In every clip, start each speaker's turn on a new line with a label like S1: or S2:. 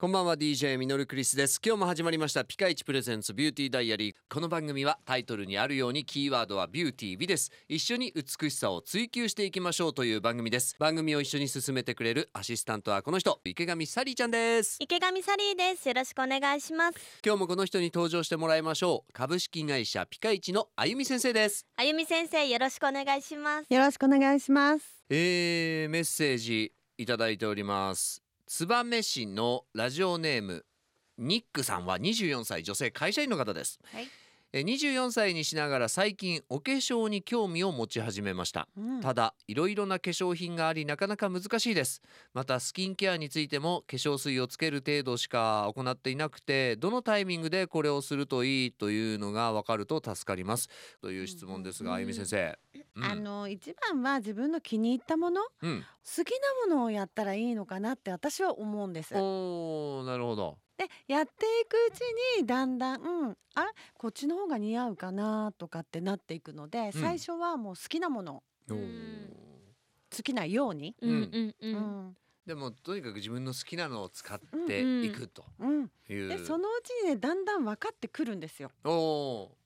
S1: こんばんは DJ ミノルクリスです今日も始まりましたピカイチプレゼンツビューティーダイアリーこの番組はタイトルにあるようにキーワードはビューティー美です一緒に美しさを追求していきましょうという番組です番組を一緒に進めてくれるアシスタントはこの人池上サリーちゃんです
S2: 池上サリーですよろしくお願いします
S1: 今日もこの人に登場してもらいましょう株式会社ピカイチのあゆみ先生です
S2: あゆみ先生よろしくお願いします
S3: よろしくお願いします。
S1: えー、メッセージいただいております燕市のラジオネームニックさんは24歳女性会社員の方です、
S2: はい
S1: えー24歳にしながら最近お化粧に興味を持ち始めましたただいろいろな化粧品がありなかなか難しいですまたスキンケアについても化粧水をつける程度しか行っていなくてどのタイミングでこれをするといいというのが分かると助かりますという質問ですが、
S3: うん
S1: あゆみ先生、うん
S3: あの一番は自分の気に入ったもの、
S1: うん
S3: 好きなものをやったらいいのかなって私は思うんです。で
S1: おーなるほど
S3: やっていくうちにだんだん、うん、あれこっちの方が似合うかなとかってなっていくので、最初はもう好きなもの
S2: うん
S3: 好きなように、
S1: うん
S2: んう
S3: うんん
S1: でもとにかく自分の好きなのを使っ
S3: うん
S1: ていくと
S3: うん、
S1: いう、
S3: でそのうちにねだんだん分かってくるんですよ。
S1: おお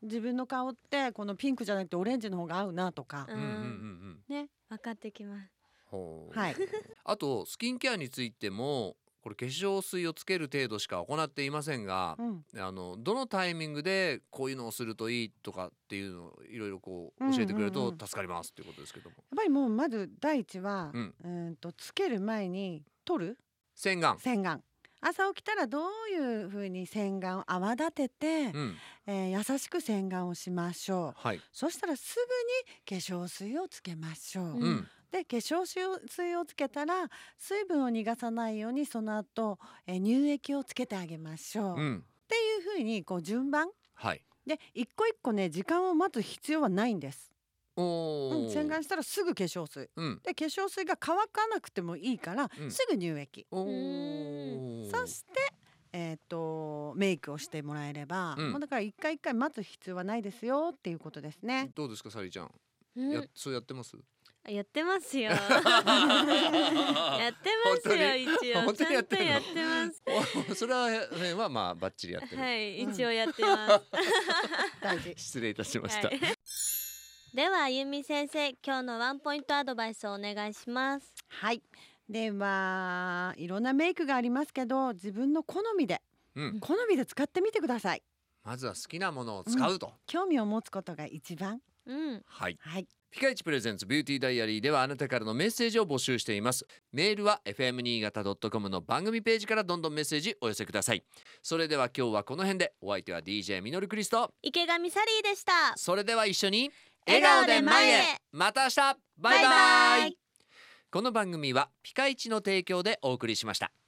S3: 自分の顔ってこのピンクじゃなくてオレンジの方が合うなとか
S1: ー、
S2: う
S1: うんうんうん
S2: ん
S1: うん
S2: 分かってきます
S1: ほう
S3: はい
S1: あとスキンケアについてもこれ化粧水をつける程度しか行っていませんが
S3: う、ん、
S1: あのどのタイミングでこういうのをするといいとかっていうのをいろいろこう教えてくれる
S3: うんう
S1: と
S3: んうん
S1: 助かりますっていうことですけども、
S3: やっぱりもうまず第一は、
S1: う
S3: うんん、とつける前に取る
S1: 洗顔、
S3: 洗顔朝起きたらどういうふうに洗顔を泡立てて、
S1: うん、
S3: えー優しく洗顔をしましょう
S1: はい、
S3: そしたらすぐに化粧水をつけましょう、
S2: うん
S1: うん、
S3: で化粧水をつけたら水分を逃がさないようにその後、えー乳液をつけてあげましょう、
S1: う
S3: っ
S1: ん、
S3: ていうふうにこう順番
S1: はい、
S3: で一個一個ね時間を待つ必要はないんです、
S1: お
S3: う
S1: お、
S3: ん、洗顔したらすぐ化粧水
S1: うん、
S3: で化粧水が乾かなくてもいいから、
S1: うん
S3: すぐ乳液
S1: お
S2: う
S1: お、
S3: そして、えー、とメイクをしてもらえれば、
S1: うん
S3: もうだから一回一回待つ必要はないですよっていうことですね。
S1: どうですかサリーちゃん、
S2: うん
S1: やそうやってます？
S2: やってますよ や
S1: 本
S2: ってます
S1: 当
S2: よ
S1: に
S2: 一応
S1: 本当
S2: ち
S1: にや
S2: ゃ
S1: っ
S2: ん
S1: て
S2: と
S1: るの
S2: やってます
S1: おそれは辺はまあバッチリやってる。
S2: はい
S3: うん
S2: 一応やってます
S3: 大事
S1: 失礼いたしました。
S2: はい ではあゆみ先生今日のワンポイントアドバイスをお願いします
S3: はいではいろんなメイクがありますけど自分の好みで
S1: うん、
S3: 好みで使ってみてください。
S1: まずは好きなものを使うと。
S3: 興味を持つことが一番
S2: うん
S1: はい。
S3: はい
S1: ピカイチプレゼンツビューティーダイアリーではあなたからのメッセージを募集していますメールは fm 新潟 .com の番組ページからどんどんメッセージお寄せくださいそれでは今日はこの辺でお相手は DJ ミノルクリスト
S2: 池上サリーでした
S1: それでは一緒に
S2: 笑顔で前へ
S1: また明日バイバイ
S2: バイバイ
S1: この番組はピカイチの提供でお送りしました